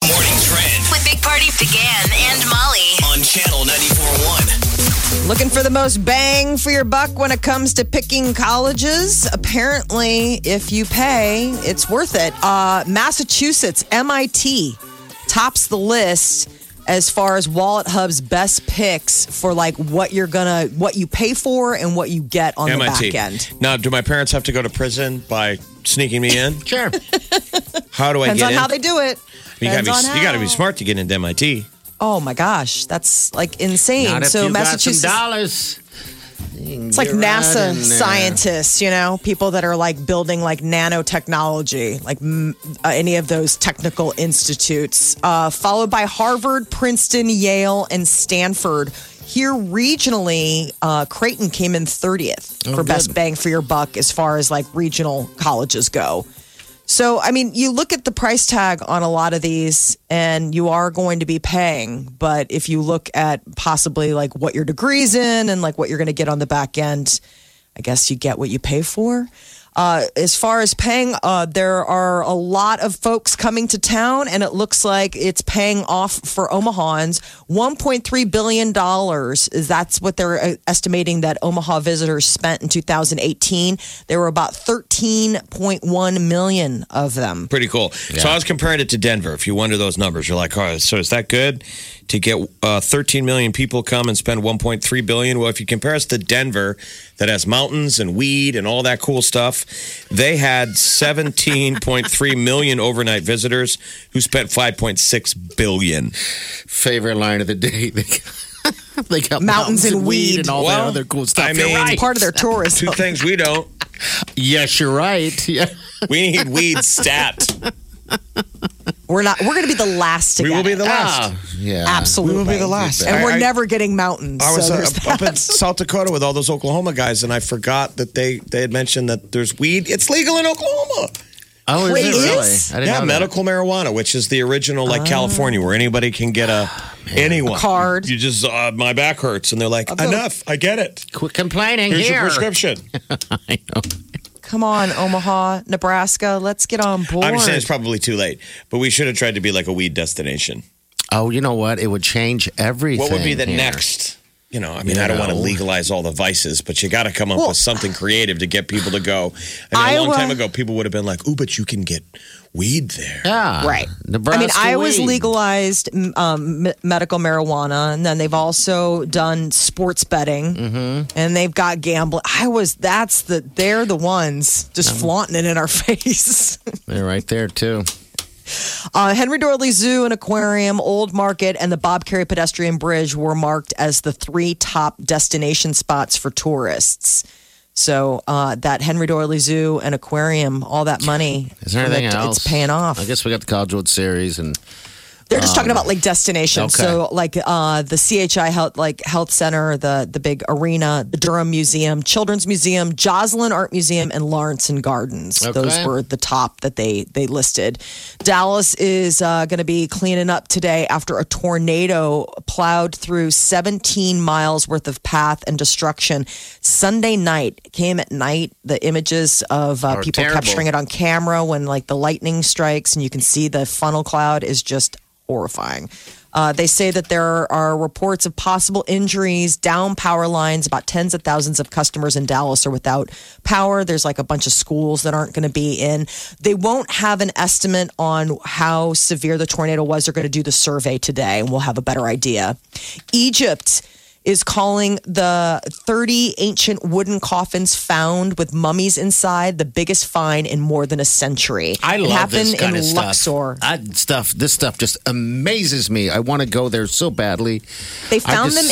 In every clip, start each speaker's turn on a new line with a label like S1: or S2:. S1: Trend
S2: with Big Party began and Molly.
S1: on Channel 94.1.
S3: Looking for the most bang for your buck when it comes to picking colleges? Apparently, if you pay, it's worth it. Uh, Massachusetts, MIT, tops the list as far as Wallet Hub's best picks for like what you're gonna, what you pay for and what you get on the
S4: MIT.
S3: back end.
S4: Now, do my parents have to go to prison by sneaking me in?
S5: Sure.
S4: How do I
S3: Depends
S4: get
S3: on
S4: in?
S3: how they do it.
S4: you gotta be
S3: Depends on
S4: you gotta be
S3: how.
S4: smart to get into MIT.
S3: Oh my gosh, that's like insane.
S6: Not if
S3: so
S6: you
S3: Massachusetts.
S6: got some dollars.
S3: It's like NASA scientists, you know, people that are like building like nanotechnology, like mm, uh, any of those technical institutes, uh, followed by Harvard, Princeton, Yale, and Stanford. Here regionally, uh, Creighton came in 30th for best bang for your buck as far as like regional colleges go. So, I mean, you look at the price tag on a lot of these and you are going to be paying. But if you look at possibly like what your degree's in and like what you're going to get on the back end, I guess you get what you pay for. Uh, as far as paying, uh, there are a lot of folks coming to town, and it looks like it's paying off for Omahans. $1.3 billion is that's what they're uh, estimating that Omaha visitors spent in 2018. There were about 13.1 million of them.
S4: Pretty cool. So I was comparing it to Denver. If you wonder those numbers, you're like, all right, so is that good to get uh, 13 million people come and spend 1.3 billion? Well, if you compare us to Denver, that has mountains and weed and all that cool stuff, they had 17.3 million overnight visitors who spent 5.6 billion.
S6: Favorite line of the day. They got, they got
S3: Mountains and weed.
S6: and all that
S4: Well,
S6: other cool stuff.
S4: I
S6: You're
S4: mean-
S6: right.
S3: Part of their
S4: Two
S3: tourism.
S4: things we don't.
S6: yes, you're right. Yeah.
S4: We need weed stat.
S3: We're not. We're going to be the last to
S4: We
S3: get
S4: will be
S3: it.
S4: the last.
S6: Ah, yeah.
S3: Absolutely,
S4: we will be the last.
S3: And we're
S4: I- I-
S3: never getting mountains.
S4: I was
S3: so
S4: uh,
S3: there's
S4: up in
S3: that.
S4: South Dakota with all those Oklahoma guys, and I forgot that they they had mentioned that there's weed. It's legal in Oklahoma.
S6: Oh, is
S3: Wait,
S6: it
S3: it
S6: really?
S3: is?
S6: I didn't
S4: Yeah,
S6: know that. Ah.
S4: medical marijuana, which is the original like California, where anybody can get a anyone
S3: A card.
S4: You just uh, my back hurts, and they're like, enough. I get it.
S6: Quit complaining
S4: Here's
S6: here.
S4: your prescription.
S3: Come on, Omaha, Nebraska. Let's get on board.
S4: I'm just saying it's probably too late, but we should have tried to be like a weed destination.
S6: Oh, you know what? It would change everything.
S4: What would be the
S6: here.
S4: next? You know, I mean,
S6: You
S4: I don't want to
S6: know.
S4: legalize all the vices, but you got to come up
S3: Well-
S4: with something creative to get people to go. I mean, a long
S3: Iowa-
S4: time ago, people would have been like, "Ooh, but you can get weed there."
S6: Yeah.
S3: Right. I
S6: Nebraska.
S3: mean, Iowa's
S6: weed.
S3: legalized m- um, me- medical marijuana, and then they've also done sports betting,
S6: Mm-hmm.
S3: and they've got gambling. Iowa's that's the they're the ones just flaunting it in our face.
S6: They're right there, too.
S3: Uh, Henry Dorley Zoo and Aquarium, Old Market, and the Bob Carey Pedestrian Bridge were marked as the three top destination spots for tourists. So uh, that Henry Dorley Zoo and Aquarium, all that money,
S6: Is there anything
S3: it's
S6: else?
S3: paying off.
S6: I guess we got the College World Series and
S3: They're just talking about like destinations.
S6: Um, okay.
S3: So like uh, the CHI health like health center, the the big arena, the Durham Museum, Children's Museum, Joslin Art Museum, and Lawrence and Gardens. Those
S6: Okay.
S3: were the top that they they listed. Dallas is uh, going to be cleaning up today after a tornado plowed through 17 miles worth of path and destruction. Sunday night came at night. The images of uh,
S6: Are
S3: people
S6: terrible.
S3: capturing it on camera when like the lightning strikes and you can see the funnel cloud is just horrifying. Uh, they say that there are reports of possible injuries, down power lines. About tens of thousands of customers in Dallas are without power. There's like a bunch of schools that aren't going to be in. They won't have an estimate on how severe the tornado was. They're going to do the survey today and we'll have a better idea. Egypt is calling the 30 ancient wooden coffins found with mummies inside the biggest find in more than a century.
S6: I
S3: it
S6: love
S3: happened
S6: this kind
S3: in
S6: of
S3: Luxor.
S6: stuff. I, stuff. This stuff just amazes me. I want to go there so badly.
S3: They found them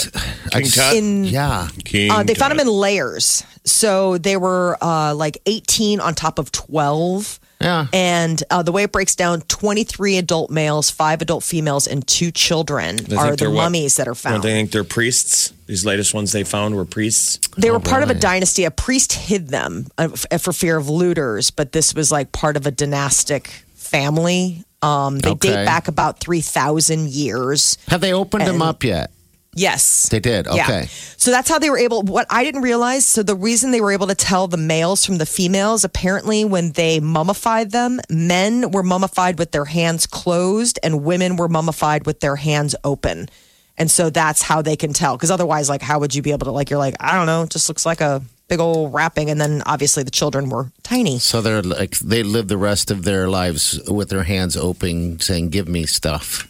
S6: I
S4: King
S6: just-
S4: Tut?
S3: in
S6: yeah.
S4: King
S3: Uh, they found
S4: Tut.
S3: them in layers. So they were uh, like 18 on top of 12.
S6: Yeah.
S3: And uh, the way it breaks down, 23 adult males, five adult females, and two children
S4: I think
S3: are the
S4: they're what?
S3: mummies that are
S4: Don't
S3: found.
S4: they think they're priests? These latest ones they found were priests.
S3: They were part of a dynasty. A priest hid them uh, f- for fear of looters, but this was like part of a dynastic family. Um, they
S6: Okay.
S3: date back about 3,000 years.
S6: Have they opened them up yet?
S3: Yes.
S6: They did. Okay.
S3: Yeah. So that's how they were able. What I didn't realize, so the reason they were able to tell the males from the females, apparently, when they mummified them, men were mummified with their hands closed, and women were mummified with their hands open. And so that's how they can tell. Because otherwise, like, how would you be able to, like, you're like, I don't know, it just looks like a big old wrapping. And then obviously the children were tiny.
S6: So they're like they live the rest of their lives with their hands open, saying, "Give me stuff.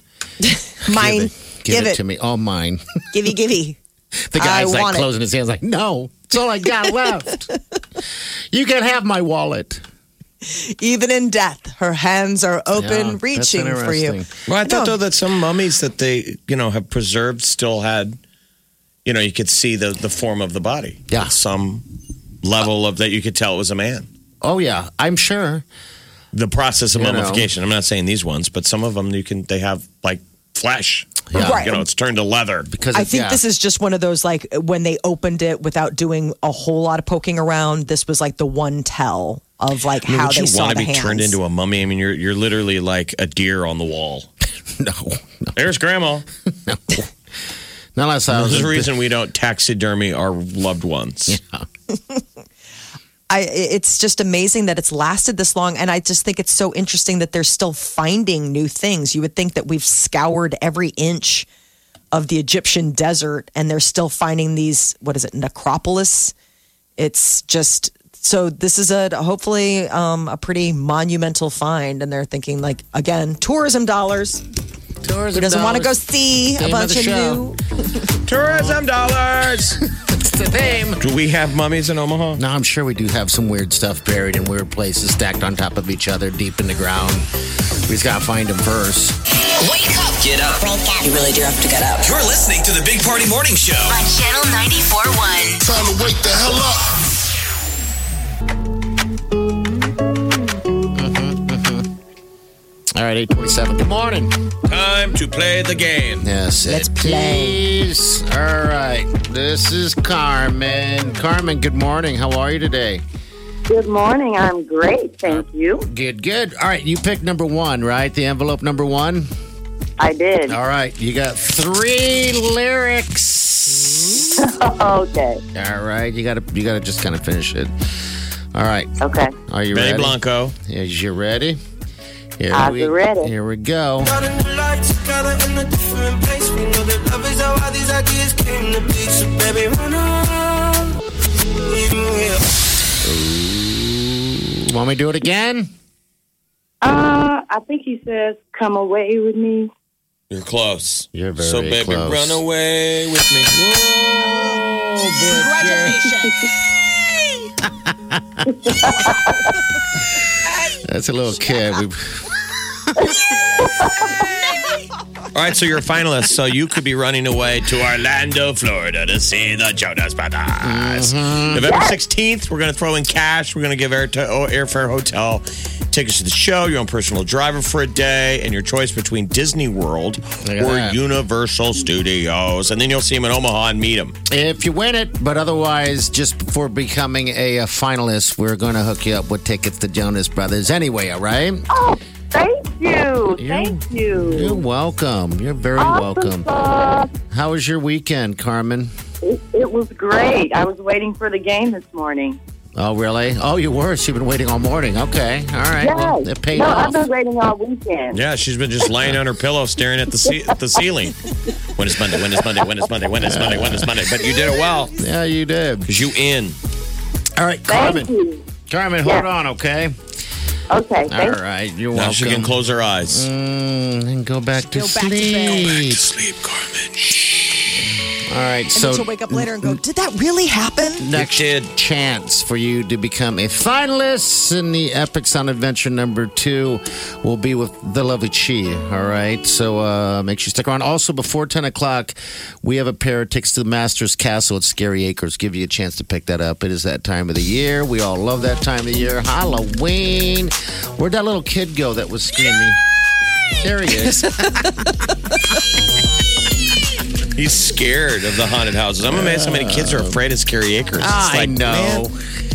S3: Mine,
S6: Give, it, to
S3: me.
S6: me. All mine."
S3: Givey, givey.
S6: the
S3: I
S6: guy's like
S3: want it.
S6: closing his hands, like, "No, it's all I got left. You can have my wallet."
S3: Even in death, her hands are
S6: Yeah,
S3: open,
S6: that's
S3: reaching for you.
S6: interesting.
S4: Well, I
S3: No.
S4: thought though that some mummies that they you know have preserved still had, you know, you could see the the form of the body.
S6: Yeah.
S4: some level of that you could tell it was a man.
S6: Oh yeah, I'm sure.
S4: The process of
S6: You know.
S4: mummification. I'm not saying these ones, but some of them you can they have like flesh.
S6: Yeah.
S3: Right.
S4: You know, it's turned to leather.
S6: Because
S3: I
S6: it-
S3: think
S6: yeah.
S3: this is just one of those like when they opened it without doing a whole lot of poking around. This was like the one tell of like how
S4: Would
S3: they
S4: you
S3: saw
S4: want
S3: the
S4: to be
S3: hands.
S4: turned into a mummy? I mean, you're you're literally like a deer on the wall.
S6: no,
S4: There's grandma.
S6: not unless I was
S4: There's
S6: a
S4: a
S6: bit-
S4: reason we don't taxidermy our loved ones.
S3: I, it's just amazing that it's lasted this long, and I just think it's so interesting that they're still finding new things. You would think that we've scoured every inch of the Egyptian desert, and they're still finding these. What is it? Necropolis. It's just so. This is a hopefully um, a pretty monumental find, and they're thinking like again tourism dollars.
S6: Tourism
S3: Who doesn't want to go
S6: dollars.
S3: see a
S6: Name of
S3: bunch
S6: the
S3: of,
S6: show.
S3: new?
S4: Tourism dollars.
S6: It's the theme.
S4: Do we have mummies in Omaha?
S6: Now I'm sure we do have some weird stuff buried in weird places, stacked on top of each other, deep in the ground. We just gotta find them first.
S2: Wake up
S1: Get up.
S7: You really do have to get up.
S1: You're listening to the Big Party Morning Show.
S2: on Channel 94.1.
S5: Time to wake the hell up.
S6: All right, 827. Good morning.
S4: Time to play the game.
S6: Yes, let's
S3: play.
S6: All right, this is Carmen. Carmen, good morning. How are you today?
S8: Good morning. I'm great. Thank you.
S6: Good, good. All right, you picked number one, right? The envelope number one.
S8: I did.
S6: All right, you got three lyrics.
S8: Okay.
S6: All right, you gotta, you gotta just kind of finish it. All right,
S8: Okay.
S6: are you
S4: Benny
S6: ready?
S4: Blanco.
S6: Is you ready? Here
S8: I'm
S6: we,
S8: ready.
S6: Here we go.
S9: Got a new life together in a different place. We know that love is how all these ideas came to be. So baby, run on. Leave me here.
S6: Want me to do it again?
S8: Uh, I think he says, "Come away with me."
S4: You're close.
S6: You're very
S4: So baby,
S6: close.
S4: run away with me.
S6: That's a little kid. We,
S4: All right, so you're a finalist, so you could be running away to Orlando, Florida to see the Jonas Brothers. November 16th, we're going to throw in cash. We're going to give air to, oh, airfare, hotel, tickets to the show, your own personal driver for a day, and your choice between Disney World
S6: Look at
S4: or
S6: that.
S4: Universal Studios. And then you'll see him in Omaha and meet him.
S6: if you win it, but otherwise, just before becoming a, uh finalist, we're going to hook you up with tickets to Jonas Brothers anyway, all right?
S8: Oh, thank you. Thank
S6: You're
S8: you.
S6: welcome. You're very
S8: Awesome. stuff.
S6: welcome. How was your weekend, Carmen?
S8: It, it was great. I was waiting for the game this morning.
S6: Oh, really? Oh, you were? So you've been waiting all morning. Okay. All right. Well, it paid
S8: no, I've
S6: off.
S8: been waiting all weekend.
S4: Yeah, she's been just laying on her pillow staring at the, ce- at the ceiling. When is Monday? When is Monday? When is Monday? When is Monday? When is Monday? But you did it well
S6: yeah, you did.
S4: because you in.
S6: All right,
S8: Thank
S6: Carmen.
S8: you.
S6: Carmen, hold
S8: Yeah.
S6: on, okay?
S8: Okay.
S6: All
S8: Thank
S6: right. You're
S4: Now
S6: welcome.
S4: she can close her eyes.
S6: Mm, and go back to
S3: Go back to
S6: sleep.
S3: bed.
S4: Sleep, Carmen.
S6: All right,
S3: And
S6: so
S3: then she'll wake up later and go, Did that really happen?
S6: next
S4: did.
S6: chance for you to become a finalist in the Epics on Adventure number two will be with the lovely Chi. All right, so uh, make sure you stick around. Also, before ten o'clock, we have a pair of tickets to the Masters Castle at Scary Acres. Give you a chance to pick that up. It is that time of the year. We all love that time of the year. Halloween. Where'd that little kid go that was screaming? There he is.
S4: He's scared of the haunted houses. I'm amazed how many kids are afraid of scary acres. It's
S6: I
S4: like,
S6: know.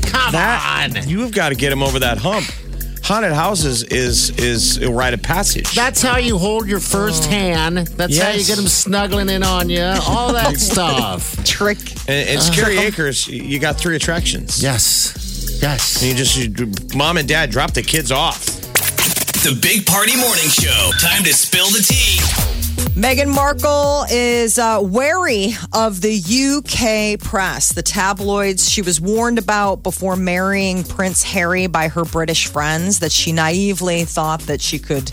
S6: Come
S4: that
S6: on.
S4: you have got to get him over that hump. Haunted houses is is a rite of passage.
S6: That's how you hold your first hand. That's how you
S4: Yes.
S6: get them snuggling in on you. All that stuff.
S3: Trick.
S4: and, and scary acres, you got three attractions.
S6: Yes. Yes.
S4: You just you, mom and dad drop the kids off.
S1: The Big Party Morning Show. Time to spill the tea.
S3: Meghan Markle is uh, wary of the UK press, the tabloids she was warned about before marrying Prince Harry by her British friends that she naively thought that she could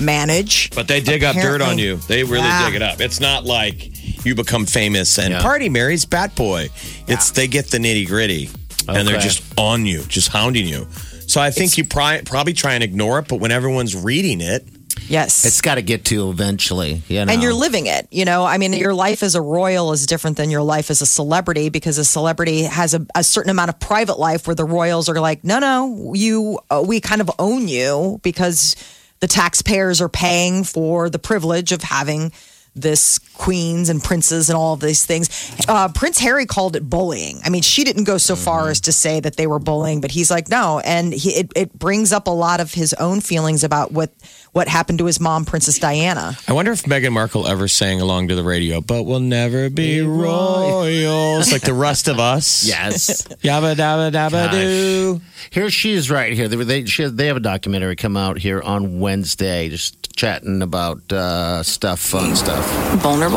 S3: manage.
S4: But they dig up dirt on
S3: Apparently.
S4: you. They really
S3: Yeah.
S4: dig it up. It's not like you become famous and party marries bat boy. It's they get the nitty gritty and they're
S6: Okay.
S4: just on you, just hounding you. So I think you pri- probably try and ignore it, but when everyone's reading it,
S3: Yes.
S6: It's got to get to you eventually. You know.
S3: and you're living it. You know, I mean, your life as a royal is different than your life as a celebrity because a celebrity has a, a certain amount of private life where the royals are like, no, no, you, uh, we kind of own you because the taxpayers are paying for the privilege of having this queens and princes and all of these things. Uh, Prince Harry called it bullying. I mean, she didn't go so
S6: Mm-hmm.
S3: far as to say that they were bullying, but he's like, no. And he, it, it brings up a lot of his own feelings about what, what happened to his mom, Princess Diana.
S4: I wonder if Meghan Markle ever sang along to the radio, but we'll never be royals like the rest of us.
S6: yes.
S4: Yabba dabba dabba doo.
S6: Here she is right here. They, they, she, they have a documentary come out here on Wednesday, just chatting about uh, stuff, fun stuff.
S10: vulnerable.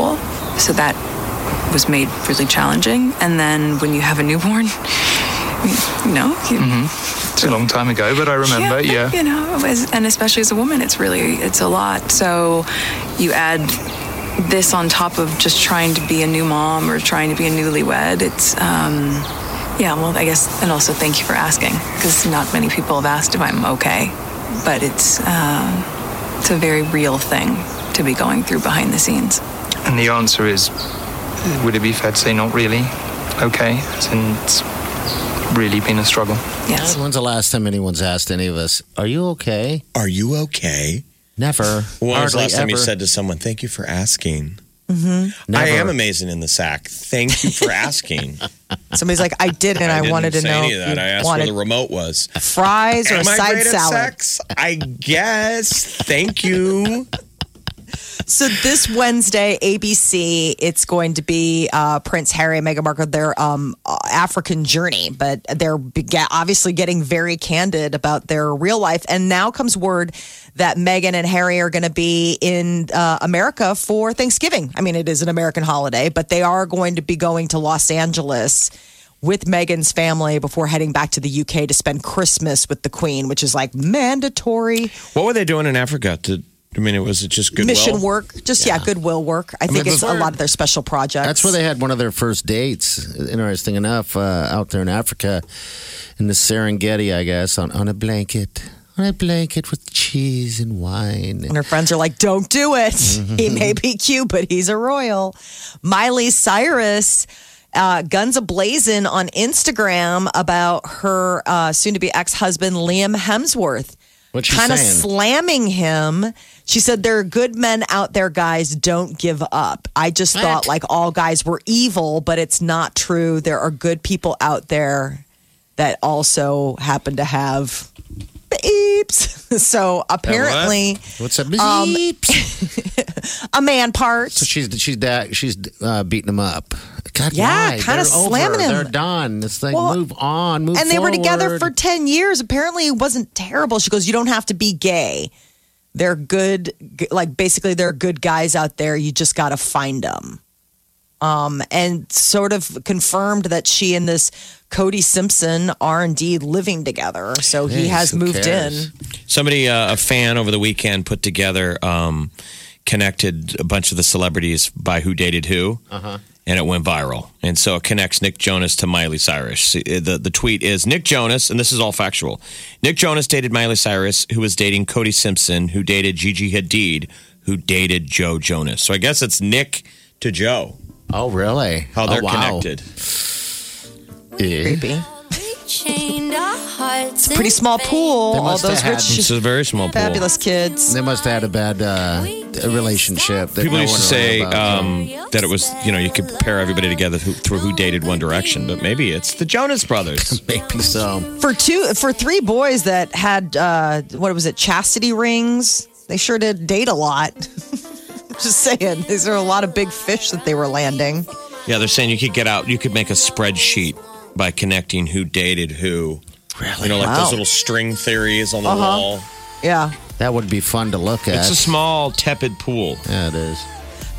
S10: So that was made really challenging. And then when you have a newborn, you know, you,
S9: Mm-hmm. It's a long time ago, but I remember, yeah.
S10: you know, as, and especially as a woman, it's really it's a lot. So you add this on top of just trying to be a new mom or trying to be a newlywed. It's um, yeah, well, I guess, and also thank you for asking because not many people have asked if I'm okay, but it's uh, it's a very real thing to be going through behind the scenes.
S9: And the answer is, would it be fair to say not really? Okay, since it's really been a struggle.
S10: Yes.
S6: When's the last time anyone's asked any of us, "Are you okay?"
S4: Are you okay?
S6: Never.
S4: When was the
S6: Hardly
S4: last time you
S6: ever.
S4: said to someone, "Thank you for asking"?
S6: Never.
S4: I am amazing in the sack. Thank you for asking.
S3: Somebody's like, I did, and I,
S4: didn't
S3: wanted to
S4: say
S3: know
S4: Any of
S3: if
S4: that.
S3: you
S4: I asked
S3: wanted
S4: where the remote was.
S3: fries or a
S4: Am I
S3: side
S4: great at
S3: salad.
S4: sex? I guess. Thank you.
S3: So this Wednesday, ABC, it's going to be uh, Prince Harry and Meghan Markle their um, uh, African journey, but they're be- get- obviously getting very candid about their real life. And now comes word that Meghan and Harry are going to be in uh, America for Thanksgiving. I mean, it is an American holiday, but they are going to be going to Los Angeles. with Meghan's family before heading back to the UK to spend Christmas with the Queen, which is like mandatory
S4: What were they doing in Africa? To, I mean, it was it just goodwill.
S3: mission work. Just yeah, goodwill work. I, think
S6: mean,
S3: it's a
S6: before-
S3: lot of their special projects.
S6: That's where they had one of their first dates. Interesting enough, uh, out there in Africa, in the Serengeti, I guess, on, on a blanket, on a blanket with cheese and wine.
S3: And her friends are like, don't do it.
S6: Mm-hmm.
S3: He may be cute, but he's a royal. Miley Cyrus, uh, guns ablazing on Instagram about her uh, soon to be ex husband, Liam Hemsworth.
S6: What's she
S3: Kind of
S6: saying?
S3: slamming him. She said, There are good men out there, guys. Don't give up. I just thought like all guys were evil, but it's not true. There are good people out there that also happen to have beeps. So apparently
S6: What's up? Um,
S3: a man part.
S6: so she's she's that she's uh, beating him up. God,
S3: Yeah,
S6: why?
S3: kinda
S6: They're over.
S3: slamming him.
S6: They're done. It's like
S3: Well,
S6: move on, move.
S3: and they were together for
S6: forward.
S3: 10 years. Apparently, it wasn't terrible. She goes, You don't have to be gay. They're good, g- like basically, they're good guys out there. You just got to find them. Um, and sort of confirmed that she and this Cody Simpson are indeed living together. So he
S6: Jeez,
S3: has
S6: who
S3: moved
S6: cares?
S3: in.
S4: Somebody, uh, a fan over the weekend, put together um, connected a bunch of the celebrities by who dated who, and it went viral. And so it connects Nick Jonas to Miley Cyrus. See, uh, The the tweet is Nick Jonas, and this is all factual. Nick Jonas dated Miley Cyrus, who was dating Cody Simpson, who dated Gigi Hadid, who dated Joe Jonas. So I guess it's Nick to Joe.
S6: Oh, really?
S4: How they're
S6: Oh, wow.
S4: connected.
S6: Eh.
S3: Creepy. It's a pretty small pool.
S6: They
S3: All
S6: must
S3: those
S6: have
S3: rich,
S6: had-
S4: It's a very small pool.
S3: fabulous kids.
S6: They must have had a bad uh, relationship. That
S4: People
S6: no
S4: used
S6: one
S4: to say
S6: really about.
S4: um, that it was, you know, you could pair everybody together who, through who dated One Direction, but maybe it's the Jonas Brothers.
S6: maybe so.
S3: For two, for three boys that had uh, what was it? Chastity rings. They sure did date a lot. Just saying, these are a lot of big fish that they were landing.
S4: yeah, they're saying you could get out, you could make a spreadsheet by connecting who dated who. Really? Uh-huh. You know, like
S3: Wow.
S4: those little string theories on the wall.
S3: Yeah.
S6: That would be fun to look at.
S4: It's a small, tepid pool.
S6: yeah, it is.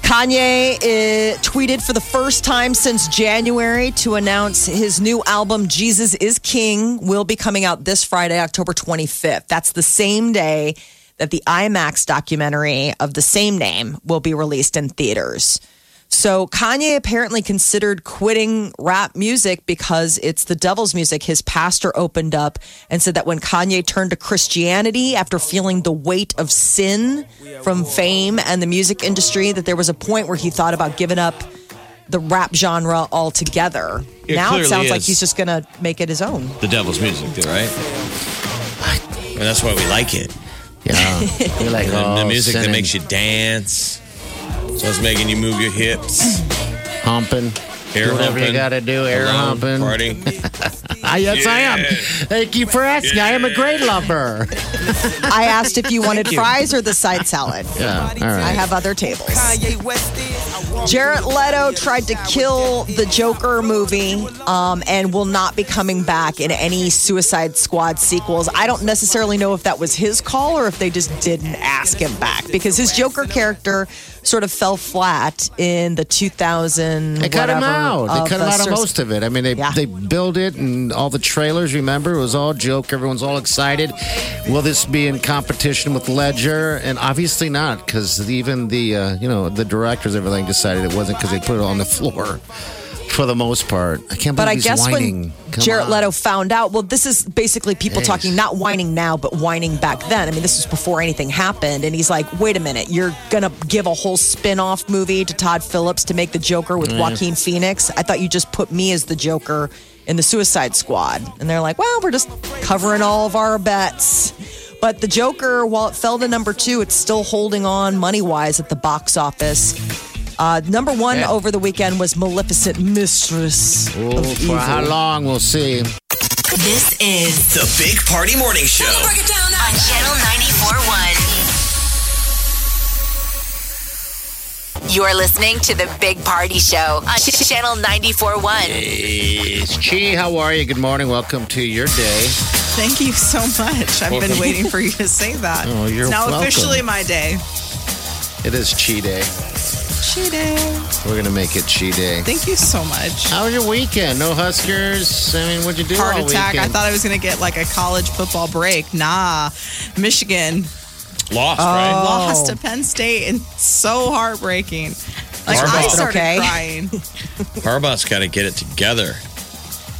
S3: Kanye uh, tweeted for the first time since January to announce his new album, Jesus is King, will be coming out this Friday, October 25th. That's the same day that the IMAX documentary of the same name will be released in theaters. So Kanye apparently considered quitting rap music because it's the devil's music. His pastor opened up and said that when Kanye turned to Christianity after feeling the weight of sin from fame and the music industry, that there was a point where he thought about giving up the rap genre altogether.
S4: It
S3: now it
S4: clearly
S3: sounds like
S4: is.
S3: he's just going to make it his own.
S4: The devil's music, there, right? And that's why we like it.
S6: Yeah, You're like,
S4: The, the
S6: oh,
S4: music that
S6: sinning,
S4: makes you dance, that's making you move your hips,
S6: humping.
S4: air
S6: do whatever you
S4: humping,
S6: gotta do, air
S4: alone,
S6: humping.
S4: Party.
S6: Ah, yes, I am. Thank you for asking. I am a great lover.
S3: I asked if you wanted fries or the side salad.
S6: Yeah, all
S3: I
S6: right.
S3: have other tables. Jared Leto tried to kill the Joker movie um, and will not be coming back in any Suicide Squad sequels. I don't necessarily know if that was his call or if they just didn't ask him back because his Joker character sort of fell flat in the 2000.
S6: They cut him
S3: whatever
S6: out. They
S3: of
S6: cut him
S3: the
S6: out of
S3: Suicide-
S6: most of it. I mean, they
S3: Yeah.
S6: they build it and all the trailers. Remember, it was all joke. Everyone's all excited. Will this be in competition with Ledger? And obviously not, because even the uh, you know the directors everything decided it wasn't because they put it on the floor for the most part. I can't believe
S3: But I
S6: he's
S3: guess
S6: whining.
S3: when
S6: Come
S3: Jared
S6: on.
S3: Leto found out, well, this is basically people
S6: Jeez.
S3: talking, not whining now, but whining back then. I mean, this was before anything happened. And he's like, wait a minute, you're going to give a whole spin off movie to Todd Phillips to make the Joker with Joaquin Phoenix? I thought you just put me as the Joker in the Suicide Squad. And they're like, well, we're just covering all of our bets. But the Joker, while it fell to number two, it's still holding on money wise at the box office. Uh, number one
S6: Yeah.
S3: over the weekend was Maleficent Mistress.
S6: Oh, for how long? We'll see.
S2: This is
S1: The Big Party Morning Show.
S2: on Channel 94.1. You're listening to the Big Party Show on Ch- Channel 94.1.
S6: It's Chi. How are you? Good morning. Welcome to your day.
S11: Thank you so much. I've been waiting for you to say that.
S6: Oh, you're
S11: it's now
S6: welcome.
S11: officially my day.
S6: It is Chi Day.
S11: She day.
S6: We're gonna make it Chi Day.
S11: Thank you so much.
S6: How was your weekend? No Huskers. I mean, what'd you do
S11: Heart
S6: all
S11: attack. I
S6: weekend?
S11: thought I was going to get like a college football break. Nah. Michigan
S4: Lost, right?
S11: lost
S6: Oh.
S11: to Penn State and it's so heartbreaking. Like I
S4: Harbaugh.
S11: started
S3: Okay.
S11: crying.
S4: Harbaugh's got to get it together.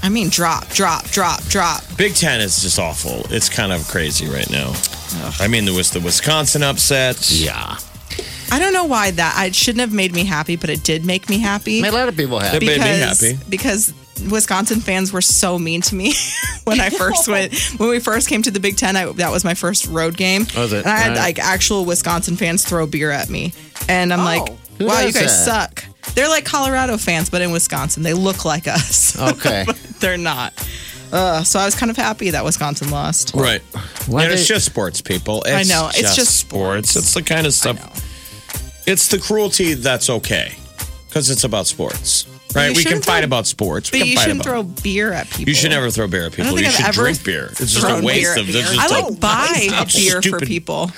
S11: I mean, drop, drop, drop, drop.
S4: Big Ten is just awful. It's kind of crazy right now. I mean, there was the Wisconsin upset.
S6: yeah.
S11: I don't know why that. I it shouldn't have made me happy, but it did make me happy.
S6: I mean, a lot of people have.
S4: It made me
S11: because
S4: happy.
S11: because Wisconsin fans were so mean to me when I first went when we first came to the Big Ten. I, that was my first road game,
S6: Was it?
S11: and I had
S6: All right.
S11: like actual Wisconsin fans throw beer at me, and I'm like,
S6: Who
S11: wow,
S6: does
S11: you guys
S6: that?
S11: suck. They're like Colorado fans, but in Wisconsin, they look like us.
S6: Okay.
S11: but they're not. Uh, so I was kind of happy that Wisconsin lost.
S4: Right.
S6: Why
S4: and
S6: they-
S4: it's just sports, people. It's
S11: I know. It's just
S4: sports. It's the kind of stuff. It's the cruelty that's okay because it's about sports, right?
S11: you
S4: We can
S11: shouldn't
S4: fight
S11: throw-
S4: about sports. We
S11: But
S4: can
S11: you
S4: fight
S11: shouldn't
S4: about.
S11: throw beer at people.
S4: you should never throw beer at
S11: I
S4: people.
S11: don't think
S4: You
S11: I've
S4: should
S11: ever
S4: drink beer. It's just a
S11: thrown
S4: waste
S11: beer
S4: of.
S11: at
S4: There's
S11: beer.
S4: just
S11: I
S4: a-
S11: like buy beer for
S4: stupid.
S11: people.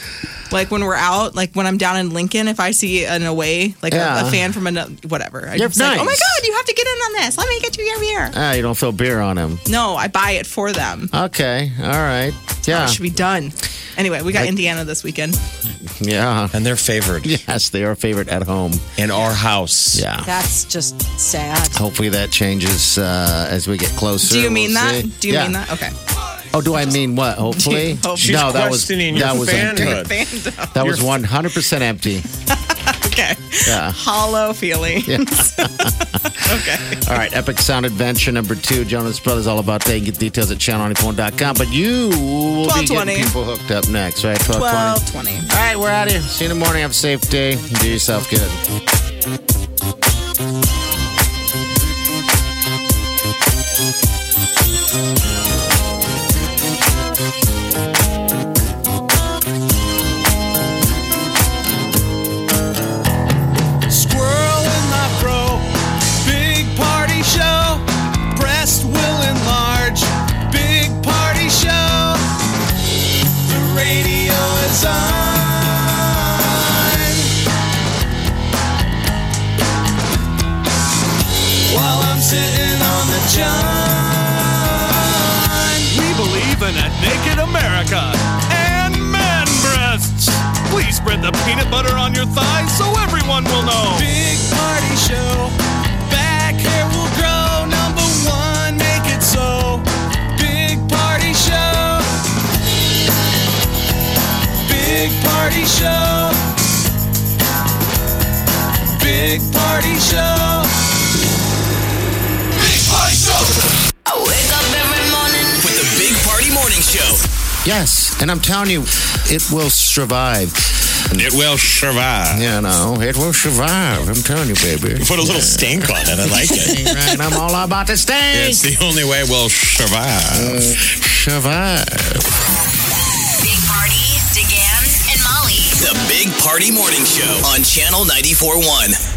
S11: Like when we're out, like when I'm down in Lincoln, if I see an away, like a- a,
S6: Yeah.
S11: fan from another, whatever, I'm
S6: You're
S11: just like, oh my
S6: nice.
S11: god, you have to get in on this. Let me get you your beer.
S6: Ah, you don't feel beer on him.
S11: No, I buy it for them.
S6: Okay. All right. Yeah.
S11: It should be done. Anyway, we got Indiana this weekend.
S6: Yeah.
S4: And they're favored.
S6: Yes, they are favored at home.
S4: In our house.
S6: Yeah.
S3: That's just sad.
S6: Hopefully that changes uh, as we get closer.
S11: Do you mean
S6: We'll
S11: that?
S6: see.
S11: Do you
S6: Yeah.
S11: mean that? Okay.
S6: Oh, do I mean what? Hopefully,
S11: Hope-
S4: She's
S6: no. That was
S4: questioning
S6: that
S4: your
S6: was
S4: fanhood.
S6: empty. That was one hundred percent empty.
S11: Okay.
S6: Yeah.
S11: Hollow feelings.
S6: Yeah.
S11: okay.
S6: All right, Epic Sound Adventure number two, Jonas Brothers, all about that. You get details at channel94.com. But you will be getting
S11: 12:20.
S6: people hooked up next, right? 1220.
S11: Twelve twenty.
S6: All right, we're out of here. See you in the morning. Have a safe day. Do yourself good.
S9: Squirrel in my pro. Big party show. Breast will enlarge. Big party show. The radio is on. While I'm sitting on the john.
S12: We believe in a naked America and man breasts. Please spread the peanut butter on your thighs so everyone will know.
S9: Big party show. Back hair will grow. Number one, make it so. Big party show. Big party show. Big party show. Big party show.
S2: I wake up every morning.
S1: With the Big Party Morning Show.
S6: Yes, and I'm telling you, it will survive.
S4: It will survive.
S6: You know, it will survive. I'm telling you, baby.
S4: Put a little stink on it. I like it.
S6: right, I'm all about to stay.
S4: It's the only way we'll survive.
S6: Survive.
S2: Big Party, DeGan, and Molly.
S1: The Big Party Morning Show on Channel 94.1.